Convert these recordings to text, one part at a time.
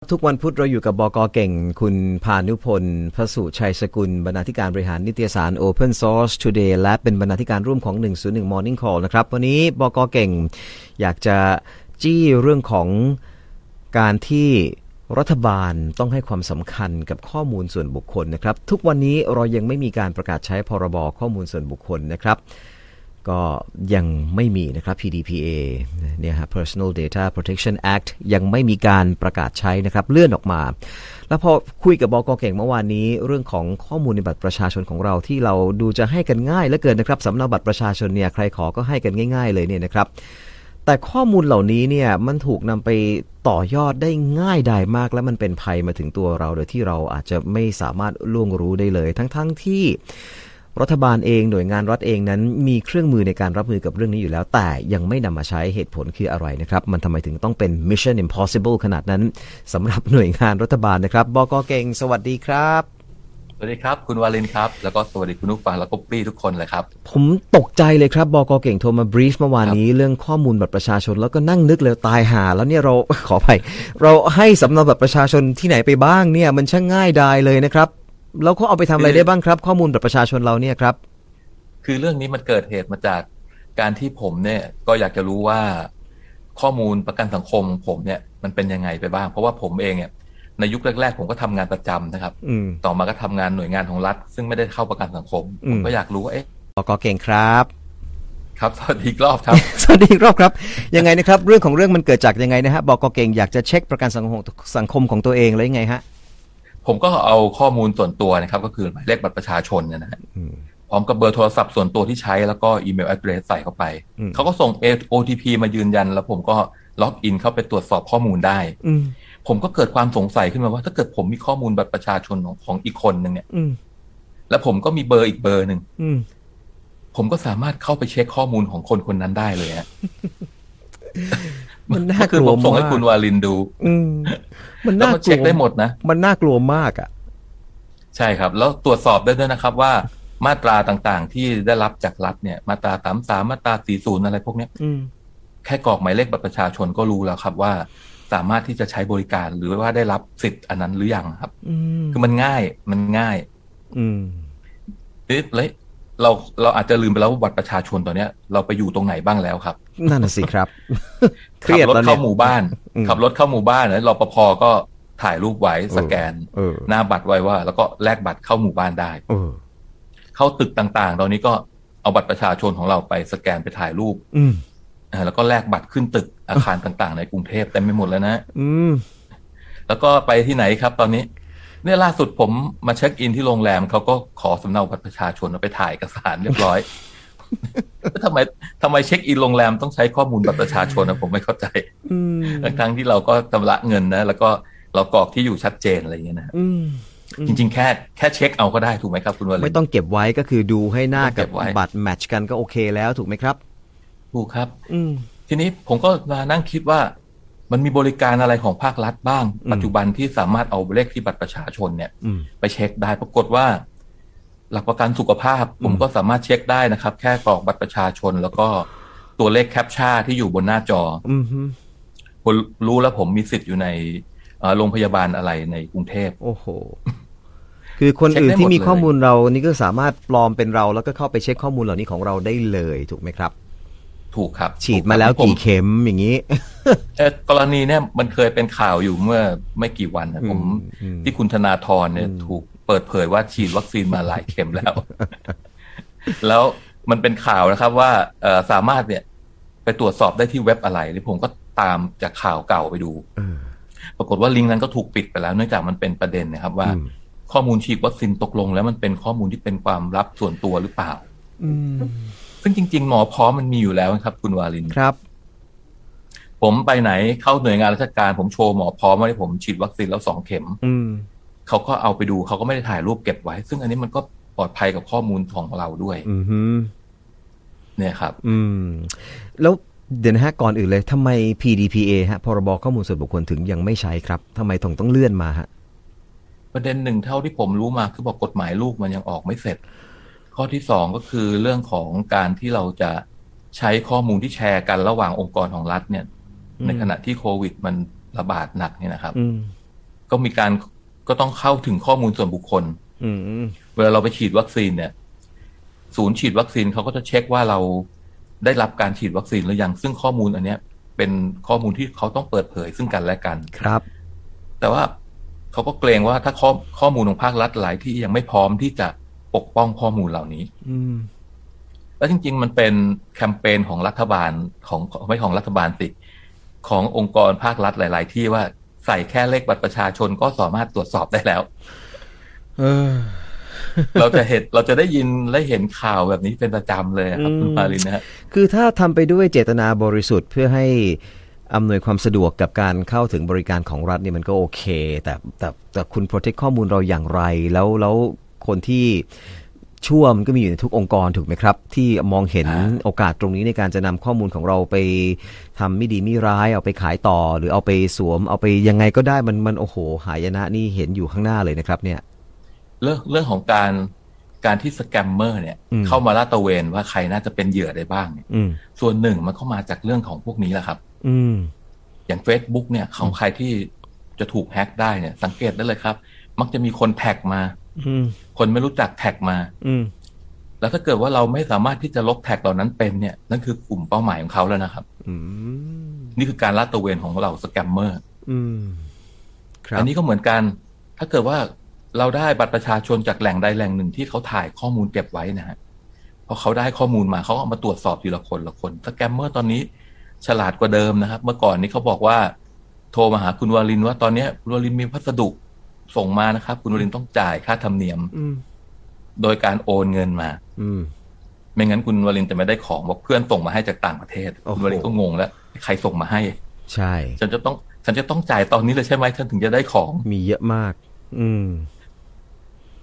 ทุกวันพุธเราอยู่กับบอกอเก่ง คุณพานุพลพระสุชัยสกุล บรรณาธิการบริหารนิตยสาร Open Source Today และเป็นบรรณาธิการร่วมของ 101 Morning Call นะครับ วันนี้บอกอเก่ง อยากจะจี้เรื่องของการที่รัฐบาลต้องให้ความสำคัญกับข้อมูลส่วนบุคคลนะครับ ทุกวันนี้เรายังไม่มีการประกาศใช้พรบข้อมูลส่วนบุคคลนะครับ ก็ยังไม่มีนะครับ PDPA เนี่ยฮะ Personal Data Protection Act ยังไม่มีการประกาศใช้นะครับ เลื่อนออกมา แล้วพอคุยกับบอกอเก่งเมื่อวานนี้ เรื่องของข้อมูลในบัตรประชาชนของเราที่เราดูจะให้กันง่ายเหลือเกินนะครับสำเนาบัตรประชาชนเนี่ยใครขอก็ให้กันง่าย ๆ เลยเนี่ยนะครับ แต่ข้อมูลเหล่านี้เนี่ยมันถูกนำไปต่อยอดได้ง่ายดายมาก และมันเป็นภัยมาถึงตัวเรา โดยที่เราอาจจะไม่สามารถล่วงรู้ได้เลย ทั้งๆทที่ รัฐบาลเองหน่วยงานรัฐเองนั้นมีเครื่องมือในการรับมือกับเรื่องนี้อยู่แล้ว แต่ยังไม่นำมาใช้เหตุผลคืออะไรนะครับ มันทำไมถึงต้องเป็น Mission Impossible ขนาดนั้นสำหรับหน่วยงานรัฐบาลนะครับบกเก่ง สวัสดีครับ สวัสดีครับ คุณวาลินครับ แล้วก็สวัสดีคุณนุกฟังแล้วก็ปี้ทุกคนเลยครับ ผมตกใจเลยครับบกเก่งโทรมาบรีฟเมื่อวานนี้ เรื่องข้อมูลบัตรประชาชนแล้วก็นั่งนึกเลยตายหา แล้วเนี่ยเรา ขออภัยเราให้สำเนาบัตรประชาชนที่ไหนไปบ้างเนี่ยมันช่างง่ายดายเลยนะครับแล้วเขาเอาไปทำอะไรได้บ้างครับ ข้อมูลบัตรประชาชนเราเนี่ยครับ คือเรื่องนี้มันเกิดเหตุมาจากการที่ผมเนี่ยก็อยากจะรู้ว่าข้อมูลประกันสังคมของผมเนี่ยมันเป็นยังไงไปบ้าง เพราะว่าผมเองเนี่ยในยุคแรกๆ ผมก็ทำงานประจำนะครับ อืม ต่อมาก็ทำงานหน่วยงานของรัฐ ซึ่งไม่ได้เข้าประกันสังคม อื ผม มก็อยากรู้ว่าเอ๊ะ บกเก่งครับ ครับสวัสดีอีกรอบ ครับ สวัสดีอีกรอบครับยังไงนะครับ เรื่องของเรื่องมันเกิดจากยังไงนะฮะบกเก่งอยากจะเช็คประกันสังคมสังคมของตัวเองแล้วยังไงฮะ ผมก็เอาข้อมูลส่วนตัวนะครับ ก็คือหมายเลขบัตรประชาชนเนยนะฮะ อืม พร้อมกับเบอร์โทรศัพท์ส่วนตัวที่ใช้แล้วก็อีเมล address ใส่เข้าไป อืม เขาก็ส่ง OTP มายืนยัน แล้วผมก็ล็อกอินเข้าไปตรวจสอบข้อมูลได้ อืม ผมก็เกิดความสงสัยขึ้นมาว่าถ้าเกิดผมมีข้อมูลบัตรประชาชนของของอีกคนหนึ่งเนี่ย อืม แล้วผมก็มีเบอร์อีกเบอร์หนึ่ง อืม ผมก็สามารถเข้าไปเช็คข้อมูลของคนคนนั้นได้เลยฮะ มันน่า ก็ ก คือ ลั ผ ว ม มา ส่งให้ ก คุณวาลินดู อืมมัน แล้ว น่า มัน กลั เช็คว ได้หมดนะ มันน่ากลัวมากอ่ะ ใช่ครับ แล้วตรวจสอบได้ด้วยนะครับว่ามาตราต่างๆ ที่ได้รับจากรัฐเนี่ย มาตราสามสามมาตราสี่ศูนย์อะไรพวกเนี้ย อืม แค่กรอกหมายเลขบัตรประชาชนก็รู้แล้วครับว่าสามารถที่จะใช้บริการหรือว่าได้รับสิทธิ์อันนั้นหรือยังครับ อืม คือมันง่ายมันง่าย อืม เอ๊ะแล้วเราเราอาจจะลืมไปแล้วว่าบัตรประชาชนตอนเนี้ยเราไปอยู่ตรงไหนบ้างแล้วครับ นั่นน่ะสิครับ เค ขั รียด รถ แล้วเนี่ เข้าย หมู่บ้าน อืม ขับรถเข้าหมู่บ้านแล้วรปภก็ถ่ายรูปไว้ เออ สแกน เออ หน้าบัตรไว้ว่า แล้วก็แลกบัตรเข้าหมู่บ้านได้ เออ เข้าตึกต่างๆ ตอนนี้ก็เอาบัตรประชาชนของเราไปสแกนไปถ่ายรูป อืม อ่าแล้วก็แลกบัตรขึ้นตึกอาคารต่างๆ ในกรุงเทพเต็ไมไปหมดแล้วนะ อืม แล้วก็ไปที่ไหนครับ ตอนนี้เนี่ยล่าสุดผมมาเช็คอินที่โรงแรมเขาก็ขอสำเนาบัตรประชาชนเอาไปถ่ายเอกสารเรียบร้อย แล้วทำไมทำไมเช็คอินโรงแรมต้องใช้ข้อมูลบัตรประชาชนนะผมไม่เข้าใจ อืม ทั้งๆที่เราก็ชำระเงินนะ แล้วก็เรากรอกที่อยู่ชัดเจนอะไรอย่างเงี้ยนะฮะ อืม จริง ๆ แค่แค่เช็คเอาก็ได้ถูกไหมครับคุณวลิ ไม่ น ต้องเก็บไว้ก็คือดูให้หน้ากับ ไม่ต้องเก็บไว้ บัตรแมทช์กันก็โอเคแล้วถูกไหมครับ ถูกครับ อืม ทีนี้ผมก็มานั่งคิดว่า มันมีบริการอะไรของภาครัฐบ้าง อืม ปัจจุบันที่สามารถเอาเลขที่บัตรประชาชนเนี่ย อืม ไปเช็คได้ปรากฏว่า หลักประกันสุขภาพ ผมก็สามารถเช็คได้นะครับ แค่กรอกบัตรประชาชน แล้วก็ตัวเลขแคปชั่าที่อยู่บนหน้าจอ อืม ผมรู้แล้วผมมีสิทธิ์อยู่ในเอ่อโรงพยาบาลอะไรในกรุงเทพ โอ้โห คือคนอื่น เช็คได้หมด ที่มีข้อมูลเรานี่ก็สามารถปลอมเป็นเราแล้วก็เข้าไปเช็คข้อมูลเหล่านี้ของเราได้เลยถูกไหมครับ ถูกครับ ฉีด ถูครับ มาแล้ว ผ กี่เข็มอย่างนี้ เอ่อกรณีเนี่ยมันเคยเป็นข่าวอยู่เมื่อไม่กี่วันนะผม อืม ที่คุณธนาธรเนี่ยถูกเปิดเผยว่าฉีดวัคซีนมาหลายเข็มแล้ว แล้วมันเป็นข่าวนะครับว่าเอ่อสามารถเนี่ย ไปตรวจสอบได้ที่เว็บอะไรนี่ผมก็ตามจากข่าวเก่าไปดู เออ ปรากฏว่าลิงก์นั้นก็ถูกปิดไปแล้วเนื่องจากมันเป็นประเด็นนะครับ ว่า อืม ข้อมูลฉีดวัคซีนตกลง แล้วมันเป็นข้อมูลที่เป็นความลับส่วนตัวหรือเปล่า อืม ซึ่งจริง ๆ หมอพร้อมมันมีอยู่แล้วนะครับ คุณวาลิน ครับ ผมไปไหนเข้าหน่วยงานราชการผมโชว์หมอพร้อมว่าที่ผมฉีดวัคซีนแล้วสองเข็ม อืม เขาก็เอาไปดูเขาก็ไม่ได้ถ่ายรูปเก็บไว้ ซึ่งอันนี้มันก็ปลอดภัยกับข้อมูลของเราด้วย อืมฮึ เนี่ยครับ อืม แล้วเดี๋ยวนะฮะก่อนอื่นเลยทำไม PDPA ฮะพรบข้อมูลส่วนบุคคลถึงยังไม่ใช้ครับทำไมต้องต้องเลื่อนมาฮะ ประเด็นหนึ่งเท่าที่ผมรู้มาคือบอกกฎหมายลูกมันยังออกไม่เสร็จ ข้อที่สองก็คือเรื่องของการที่เราจะใช้ข้อมูลที่แชร์กันระหว่างองค์กรของรัฐเนี่ย อืม ในขณะที่โควิดมันระบาดหนักเนี่ยนะครับ อืม ก็มีการก็ต้องเข้าถึงข้อมูลส่วนบุคคล อืม เวลาเราไปฉีดวัคซีนเนี่ย ศูนย์ฉีดวัคซีนเขาก็จะเช็คว่าเราได้รับการฉีดวัคซีนหรือยังซึ่งข้อมูลอันเนี้ย เป็นข้อมูลที่เขาต้องเปิดเผยซึ่งกันและกัน ครับ แต่ว่าเขาก็เกรงว่าถ้าข้อข้อมูลของภาครัฐหลายที่ยังไม่พร้อมที่จะปกป้องข้อมูลเหล่านี้ อืม แล้วจริง ๆ มันเป็นแคมเปญของรัฐบาลของของไม่ของรัฐบาลสิ ขององค์กรภาครัฐหลาย ๆ ที่ว่าใส่แค่เลขบัตรประชาชนก็สามารถตรวจสอบได้แล้ว เออ เราจะเห็นเราจะได้ยินและเห็นข่าวแบบนี้เป็นประจำเลยครับคุณ อืม ปารินนะฮะ คือถ้าทำไปด้วยเจตนาบริสุทธิ์เพื่อให้อำนวยความสะดวกกับการเข้าถึงบริการของรัฐเนี่ยมันก็โอเค แต่แต่แต่คุณโปรเทคข้อมูลเราอย่างไร แล้วแล้วคนที่ชั่วมันก็มีอยู่ในทุกองค์กรถูกไหมครับ ที่มองเห็น อ่า โอกาสตรงนี้ในการจะนำข้อมูลของเราไปทำไม่ดีไม่ร้าย เอาไปขายต่อ หรือเอาไปสวม เอาไปยังไงก็ได้มันมันโอ้โห หายนะนี่เห็นอยู่ข้างหน้าเลยนะครับ เนี่ย เรื่องเรื่องของการการที่สแกมเมอร์เนี่ย อืม เข้ามาลาดตระเวนว่าใครน่าจะเป็นเหยื่อได้บ้างเนี่ย อืม ส่วนหนึ่งมันก็มาจากเรื่องของพวกนี้แหละครับ อืม อย่าง Facebook เนี่ยของใครที่จะถูกแฮ็กได้เนี่ย สังเกตได้เลยครับ มักจะมีคนแท็กมา อืม คนไม่รู้จักแท็กมา อืม แล้วถ้าเกิดว่าเราไม่สามารถที่จะลบแท็กเหล่านั้นเป็นเนี่ยนั่นคือกลุ่มเป้าหมายของเขาแล้วนะครับ อืม นี่คือการลาดตระเวนของเราสแกมเมอร์ อืมครับ อันนี้ก็เหมือนกัน ถ้าเกิดว่าเราได้บัตรประชาชนจากแหล่งใดแหล่งหนึ่งที่เขาถ่ายข้อมูลเก็บไว้นะฮะ พอเขาได้ข้อมูลมาเขาก็เอามาตรวจสอบทีละคนละคน สแกมเมอร์ตอนนี้ฉลาดกว่าเดิมนะครับ เมื่อก่อนนี้เขาบอกว่า โทรมาหาคุณวารินว่าตอนเนี้ยคุณวารินมีพัสดุส่งมานะครับ คุณวารินต้องจ่ายค่าธรรมเนียม อืม โดยการโอนเงินมา อืม ไม่งั้นคุณวารินจะไม่ได้ของบอกเพื่อนส่งมาให้จากต่างประเทศ โอ้โห คุณวารินก็งงแล้วใครส่งมาให้ ใช่ ฉันจะต้องฉันจะต้องจ่ายตอนนี้เลยใช่ไหมฉันถึงจะได้ของ มีเยอะมาก อืม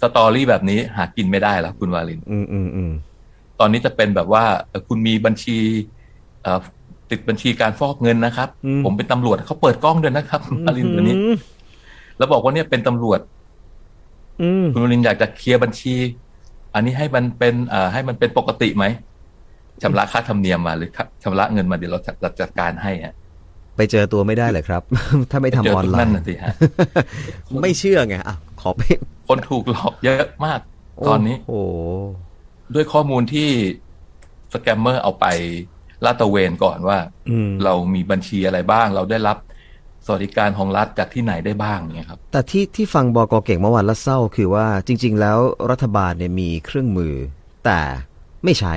สตอรี่แบบนี้หากินไม่ได้แล้วคุณวาลิน อืมอืมอืม ตอนนี้จะเป็นแบบว่าเอ่อคุณมีบัญชีเอ่อติดบัญชีการฟอกเงินนะครับ ผมเป็นตำรวจเขาเปิดกล้องด้วยนะครับคุณวาลินตัวนี้ แล้วบอกว่าเนี่ยเป็นตำรวจ อืม คุณวาลินอยากจะเคลียร์บัญชี อันนี้ให้มันเป็นเอ่อให้มันเป็นปกติไหมชำระค่าธรรมเนียมมาหรือชำระเงินมาเดี๋ยวเราจัดจัดการให้ฮะ ไปเจอตัวไม่ได้เหรอครับ ถ้าไม่ทำ เจอ ออน ทุก ไล นั่น น์ นะสิ ฮะ น ไม่เชื่อไงอ่ะขอไป คนถูกหลอกเยอะมาก ตอนนี้ โอ้โห ด้วยข้อมูลที่สแกมเมอร์เอาไปลาดตระเวนก่อนว่า อืม เรามีบัญชีอะไรบ้าง เราได้รับสวัสดิการของรัฐจากที่ไหนได้บ้างเนี่ยครับ แต่ที่ที่ฟังบกเก่งเมื่อวานแล้วเศร้า คือว่าจริง ๆ แล้วรัฐบาลเนี่ยมีเครื่องมือ แต่ไม่ใช้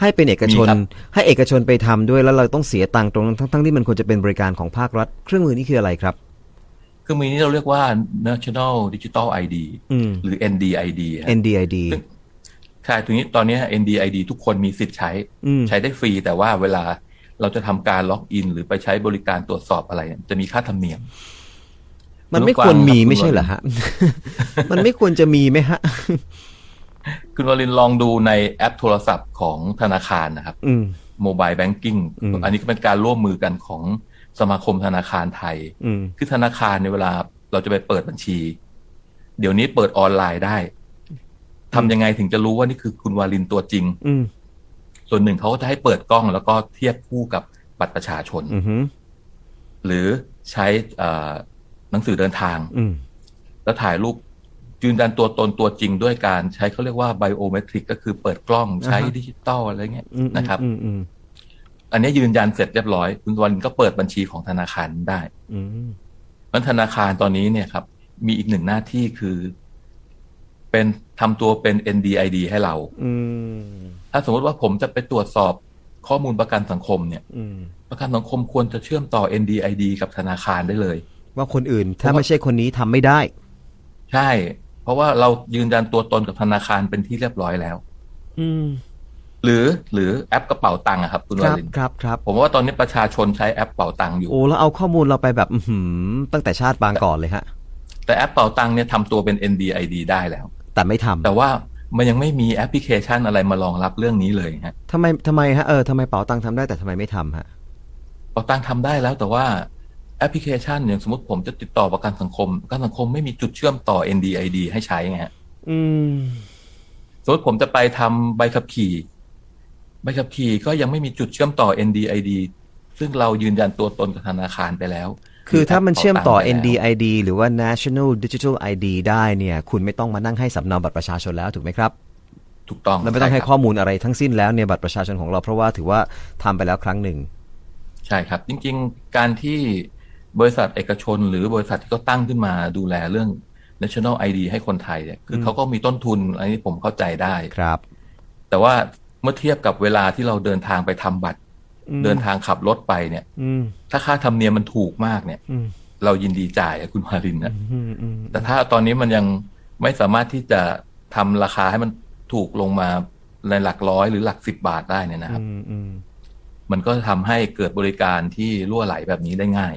ให้เป็นเอกชน มีครับ ให้เอกชนไปทำด้วยแล้วเราต้องเสียตังค์ตรงนั้นทั้งๆที่มันควรจะเป็นบริการของภาครัฐ เครื่องมือนี่คืออะไรครับ คือมีนี้เราเรียกว่า National Digital ID อืม หรือ NDID ฮะ NDID ใช่ตรงนี้ตอนนี้ NDID ทุกคนมีสิทธิ์ใช้ อืม ใช้ได้ฟรี แต่ว่าเวลาเราจะทำการล็อกอิน หรือไปใช้บริการตรวจสอบอะไรเนี่ยจะมีค่าธรรมเนียม มันไม่ควรมีไม่ใช่เหรอฮะ มันไม่ควรจะ มีไหมฮะ คุณวรินทร์ลองดูในแอปโทรศัพท์ของธนาคารนะครับ อืม โมบายแบงกิ้ง อืม อันนี้ก็เป็นการร่วมมือกันของสมาคมธนาคารไทย อืม คือธนาคารในยเวลาเราจะไปเปิดบัญชี เดี๋ยวนี้เปิดออนไลน์ได้ทำยังไงถึงจะรู้ว่านี่คือคุณวาลินตัวจริง อืม ส่วนหนึ่งเขาก็จะให้เปิดกล้องแล้วก็เทียบคู่กับบัตรประชาชน อืมฮึ หรือใช้เอ่อหนังสือเดินทาง อืม แล้วถ่ายรูปยืนยันตัวตนตัวจริงด้วยการใช้เขาเรียกว่าไบโอเมตริก ก็คือเปิดกล้องใช้ อ่าฮะ ดิจิตอลอะไรเงี้ย อืม นะครับ อืมอืม อันนี้ยืนยันเสร็จเรียบร้อย คุณวาลินก็เปิดบัญชีของธนาคารได้ อืม เพราะธนาคารตอนนี้เนี่ยครับ มีอีกหนึ่งหน้าที่คือ เป็นทำตัวเป็น NDID ให้เรา อืม ถ้าสมมติว่าผมจะไปตรวจสอบข้อมูลประกันสังคมเนี่ย อืม ประกันสังคมควรจะเชื่อมต่อ NDID กับธนาคารได้เลย ว่าคนอื่นถ้าไม่ใช่คนนี้ทำไม่ได้ ใช่ เพราะว่าเรายืนยันตัวตนกับธนาคารเป็นที่เรียบร้อยแล้ว อืม หรือหรือแอปกระเป๋าตังค์อะครับ คุควณา รับ ลิน ครับครับ ผมว่าตอนนี้ประชาชนใช้แอปเป๋าตังค์อยู่ โอ้แล้วเอาข้อมูลเราไปแบบอื้อหือตั้งแต่ชาติบางก่อนเลยฮะ แต่แอปเป๋าตังค์เนี่ยทำตัวเป็น NDID ได้แล้ว แต่ไม่ทำ แต่ว่ามันยังไม่มีแอปพลิเคชันอะไรมารองรับเรื่องนี้เลยฮะ ทำไมทำไมฮะเออทำไมเป๋าตังค์ทำได้แต่ทำไมไม่ทำฮะ เป๋าตังค์ทำได้แล้วแต่ว่าแอปพลิเคชันอย่างสมมติผมจะติดต่อประกันสังคมประกันสังคมไม่มีจุดเชื่อมต่อ NDID ให้ใช้ไงฮะ อืม สมมติผมจะไปทำใบขับขี่ ใบขับขี่ก็ยังไม่มีจุดเชื่อมต่อ NDID ซึ่งเรายืนยันตัวตนกับธนาคารไปแล้ว คือถ้ามันเชื่อมต่อ แปแล้ว NDID หรือว่า National Digital ID ได้เนี่ย คุณไม่ต้องมานั่งให้สำเนาบัตรประชาชนแล้วถูกไหมครับ ถูกต้อง และไม่ต้องให้ ช่ครับ ข้อมูลอะไรทั้งสิ้นแล้วในบัตรประชาชนของเราเพราะว่าถือว่าทำไปแล้วครั้งหนึ่ง ใช่ครับ จริงๆ การที่บริษัทเอกชน หรือบริษัทที่เขาตั้งขึ้นมาดูแลเรื่อง national ID ให้คนไทยเนี่ยคือ ม เขาก็มีต้นทุนอันนี้ผมเข้าใจได้ ครับ แต่ว่าเมื่อเทียบกับเวลาที่เราเดินทางไปทำบัตร อืม เดินทางขับรถไปเนี่ย อืม ถ้าค่าธรรมเนียมมันถูกมากเนี่ย อืม เรายินดีจ่ายอะคุณมารินนะ อืมอืม แต่ถ้าตอนนี้มันยังไม่สามารถที่จะทำราคาให้มันถูกลงมาในหลักร้อยหรือหลักสิบบาทได้เนี่ยนะครับ อืมอืม มันก็ทำให้เกิดบริการที่รั่วไหลแบบนี้ได้ง่าย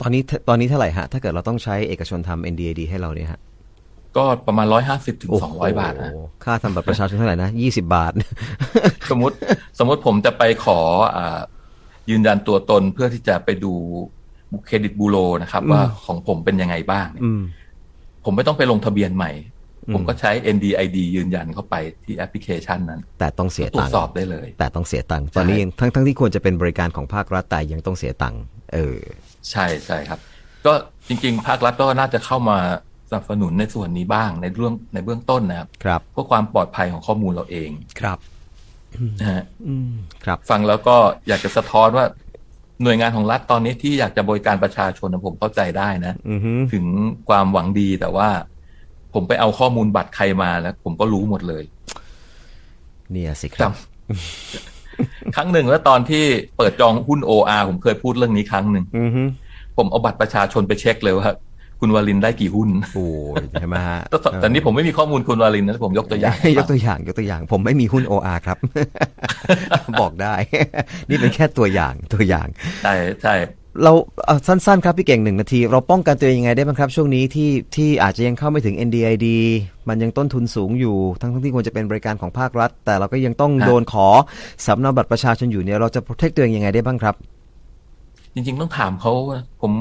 ตอนนี้ตอนนี้เท่าไหร่ฮะ ถ้าเกิดเราต้องใช้เอกชนทำ NDID ให้เราเนี่ยฮะ ก็ประมาณร้อยห้าสิบถึง โโห สองร้อยบาทนะ ค่าทำบัตรประชาชนเท่าไหร่นะ20 บาท สมมติ สมมติผมจะไปขออายืนยันตัวตนเพื่อที่จะไปดูเครดิตบูโรนะครับ อืม ว่าของผมเป็นยังไงบ้างเนี่ย อืม ผมไม่ต้องไปลงทะเบียนใหม่ อืม ผมก็ใช้ NDID ยืนยันเข้าไปที่แอปพลิเคชันนั้น แต่ต้องเสีย ตรว ตัง จ ค์ สอบได้เลย แต่ต้องเสียตังค์ตอนนี้ยังทั้งทั้งที่ควรจะเป็นบริการของภาครัฐแต่ยังต้องเสียตังค์เออ ใช่ใช่ครับ ก็จริง ๆ ภาครัฐก็น่าจะเข้ามาสนับสนุนในส่วนนี้บ้างในเรื่องในเบื้องต้นนะครับ ครับ เพื่อความปลอดภัยของข้อมูลเราเอง ครับ นะฮะ ครับ ฟังแล้วก็อยากจะสะท้อนว่าหน่วยงานของรัฐตอนนี้ที่อยากจะบริการประชาชนนะผมเข้าใจได้นะ อือฮึ ถึงความหวังดีแต่ว่า ผมไปเอาข้อมูลบัตรใครมาแล้ว ผมก็รู้หมดเลย เนี่ยสิค จ รับ ำ ครั้งหนึ่งแล้วตอนที่เปิดจองหุ้น OR ผมเคยพูดเรื่องนี้ครั้งหนึ่ง อือฮึ ผมเอาบัตรประชาชนไปเช็คเลยว่า คุณวลินได้กี่หุ้น โอ้ยใช่ไหมฮะ แต่แต่นี่ผมไม่มีข้อมูลคุณวาลินนะผมยกตัว อย่าง ยกตัวอย่างยกตัวอย่าง ผมไม่มีหุ้น OR ครับ บอกได้ นี่เป็นแค่ตัวอย่างตัวอย่าง ใช่ใช่ เราเอาสั้นๆ ครับพี่เก่งหนึ่งนาที เราป้องกันตัวเองยังไงได้บ้างครับ ช่วงนี้ที่ที่อาจจะยังเข้าไม่ถึง NDID มันยังต้นทุนสูงอยู่ ทั้งๆที่ควรจะเป็นบริการของภาครัฐ แต่เราก็ยังต้องโดนขอสำเนาบัตรประชาชนอยู่เนี่ยเราจะ protect ตัวเองยังไงได้บ้างครับ จริง ๆ ต้องถามเขานะผม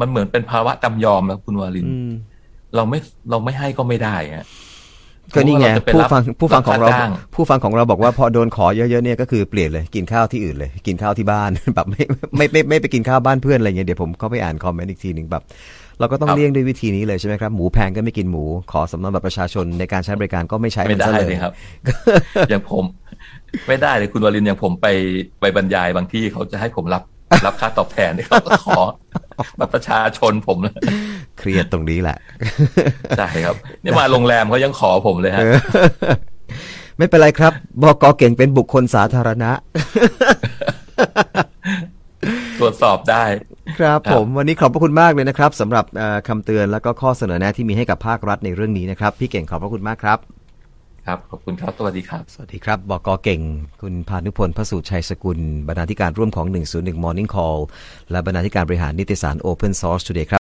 มันเหมือนเป็นภาวะจำยอมนะคุณวาลิน อืม เราไม่เราไม่ให้ก็ไม่ได้อะ ก็นี่ไง เพราะผู้ว่าเราจะไปรับ ฟังผู้ฟังของเรา บค่จ้ ผู้ฟังของเราบอกว่าพอโดนขอเยอะๆเนี่ยก็คือเปลี่ยนเลยกินข้าวที่อื่นเลย กินข้าวที่บ้าน แบบไม่ไม่ไม่ไม่ไปกินข้าวบ้านเพื่อนอะไรเงี้ยเดี๋ยวผมเข้าไปอ่านคอมเมนต์อีกทีหนึ่งแบบเราก็ต้องเลี่ยงด้วยวิธีนี้เลยใช่ไหมครับหมูแพงก็ไม่กินหมูขอสำเนาบัตรประชาชนในการใช้บริการก็ไม่ใช้ ไม่ น ได้ ซะ เลยครับ อย่างผม ไม่ได้เลยคุณวาลินอย่างผมไปไปบรรยายบางที่เขาจะให้ผมรับ รับค่าตอบแทนเนี่ยเขาก็ขอบัตรประชาชนผม นะ เครียดตรงนี้แหละ ใช่ครับ นี่มาโรงแรมเขายังขอผมเลยฮะ ไม่เป็นไรครับบกเก่งเป็นบุคคลสาธารณะ ตรวจสอบได้ ครับ คผรับมวันนี้ขอบพระคุณมากเลยนะครับสำหรับเอ่อคำเตือนแล้วก็ข้อเสนอแนะที่มีให้กับภาครัฐในเรื่องนี้นะครับพี่เก่งขอบพระคุณมากครับ ครับขอบคุณครับสวัสดีครับ สวัสดีครับ บอกอเก่ง คุณพานุพลพระสูตรชัยสกุล บรรณาธิการร่วมของ 101 Morning Call และบรรณาธิการบริหารนิติสาร Open Source Today ครับ